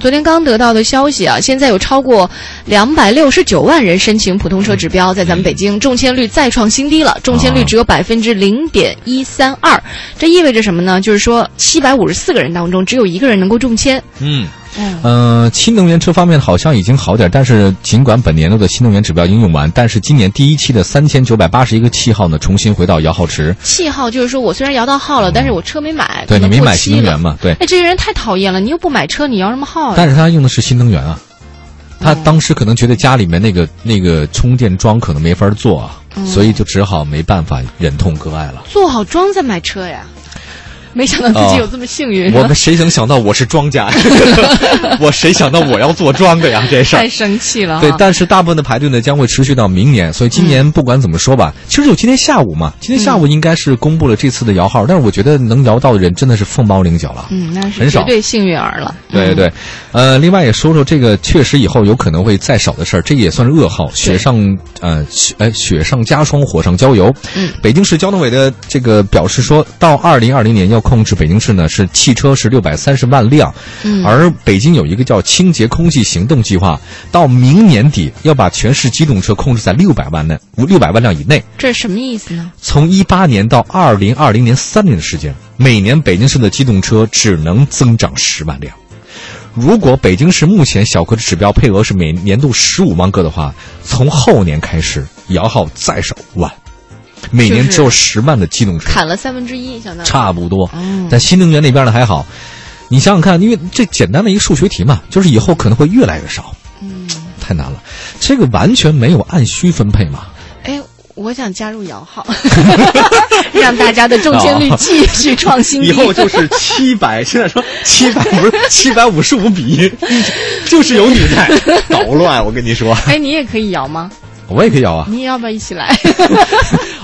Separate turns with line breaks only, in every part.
昨天刚得到的消息啊，现在有超过两百六十九万人申请普通车指标，在咱们北京中签率再创新
哦
低了，中签率只有百分之零点一三二，这意味着什么呢？就是说七百五十四个人当中，只有一个人能够中签。
嗯，
嗯，
呃，新能源车方面好像已经好点儿，但是尽管本年度的新能源指标已经用完，但是今年第一期的三千九百八十一个气号呢，重新回到摇号池。
气号就是说我虽然摇到号了，但是我车没买，可
对你
能
没
过
买
期
新能源
了
嘛？对，
哎，这些人太讨厌了！你又不买车，你摇什么号啊呀？
但是他用的是新能源啊。他当时可能觉得家里面那个那个充电桩可能没法做啊，所以就只好没办法忍痛割爱 了。
做好装再买车呀！没想到自己有这么幸运，是
哦我
吧
们谁能想到我是庄家？ 我谁想到我要做庄的呀？这事儿
太。生气了、啊。
对，但是大部分的排队呢将会持续到明年，所以今年不管怎么说吧，其实就今天下午嘛，今天下午应该是公布了这次的摇号，但是我觉得能摇到的人真的是凤毛麟角了。
嗯，那是
很少
绝对幸运儿了。嗯
对对对，呃，另外也说说这个，确实以后有可能会再少的事儿，这也算是噩耗。雪上呃，雪哎，雪上加霜，火上浇油。
嗯，
北京市交通委的这个表示说，到二零二零年要控制北京市呢是汽车是六百三十万辆，
嗯
而北京有一个叫清洁空气行动计划，到明年底要把全市机动车控制在六百万内，六百万辆以内。
这是什么意思呢？
从一八年到二零二零年三年的时间，每年北京市的机动车只能增长十万辆。如果北京市目前小客车指标配额是每年度十五万个的话，从后年开始，摇号再少五万，每年只有十万的机动车，
砍了三分之一，相当于。
差不多。
嗯
但新能源那边呢还好，你想想看，因为这简单的一个数学题嘛，就是以后可能会越来越少，
嗯，
太难了。这个完全没有按需分配嘛，
哎，我想加入摇 号，让大家的中签率继续创新低。
哦以后就是七百，现在说七百不 是七百五十五比一，就是有你在捣乱。我跟你说，
哎，你也可以摇吗？
我也可以摇啊，
你也要不要一 起来？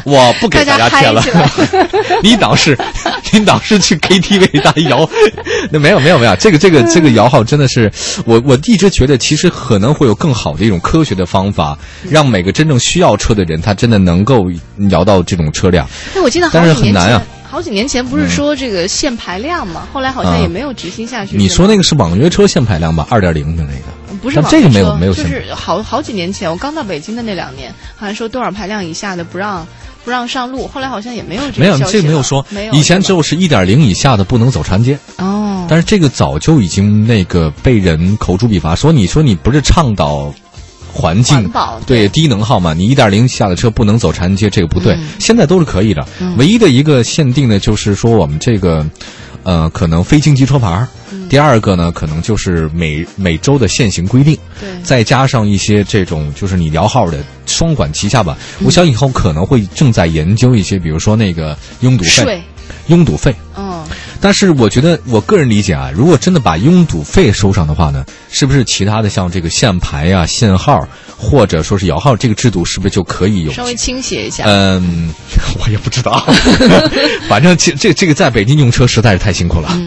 我不给
大
家
家
贴了
嗨起来。
你导是，你导是去 KTV 大摇， 那没有没有没有，这个这个
嗯
这个摇号真的是，我我一直觉得其实可能会有更好的一种科学的方法，
嗯
让每个真正需要车的人，他真的能够摇到这种车辆。
哎，我记得好
但是
几
很
年
难
前，
啊嗯
好几年前不是说这个限排量吗？后来好像也没有执行下去。
啊你
是吗
说那个是网约车限排量吧，二点零的那个。
不是
但
网
这个
约
没有
车
没有
就
限
是好好几年前，我刚到北京的那两年，好像说多少排量以下的不让不让上路，后来好像也没有这
没有，
消息
这个没有
了
说。
没有
以前
是吧
只有是一点零以下的不能走长街，
哦，
但是这个早就已经那个被人口诛笔伐，说你说你不是倡导环境
环保
对低能耗嘛？你一点零以下的车不能走长街，这个不对。
嗯
现在都是可以的，
嗯
唯一的一个限定呢，就是说我们这个。呃，可能非经济车牌儿
嗯
第二个呢，可能就是每每周的限行规定，
对
再加上一些这种就是你摇号的双管齐下吧。
嗯
我想以后可能会正在研究一些，比如说那个拥堵费
税，，
拥堵费。
嗯，
但是我觉得，我个人理解啊，如果真的把拥堵费收上的话呢，是不是其他的像这个限牌呀、限号，或者说是摇号这个制度，是不是就可以有？
稍微倾斜一下。
嗯，我也不知道，反正这这这个在北京用车实在是太辛苦了。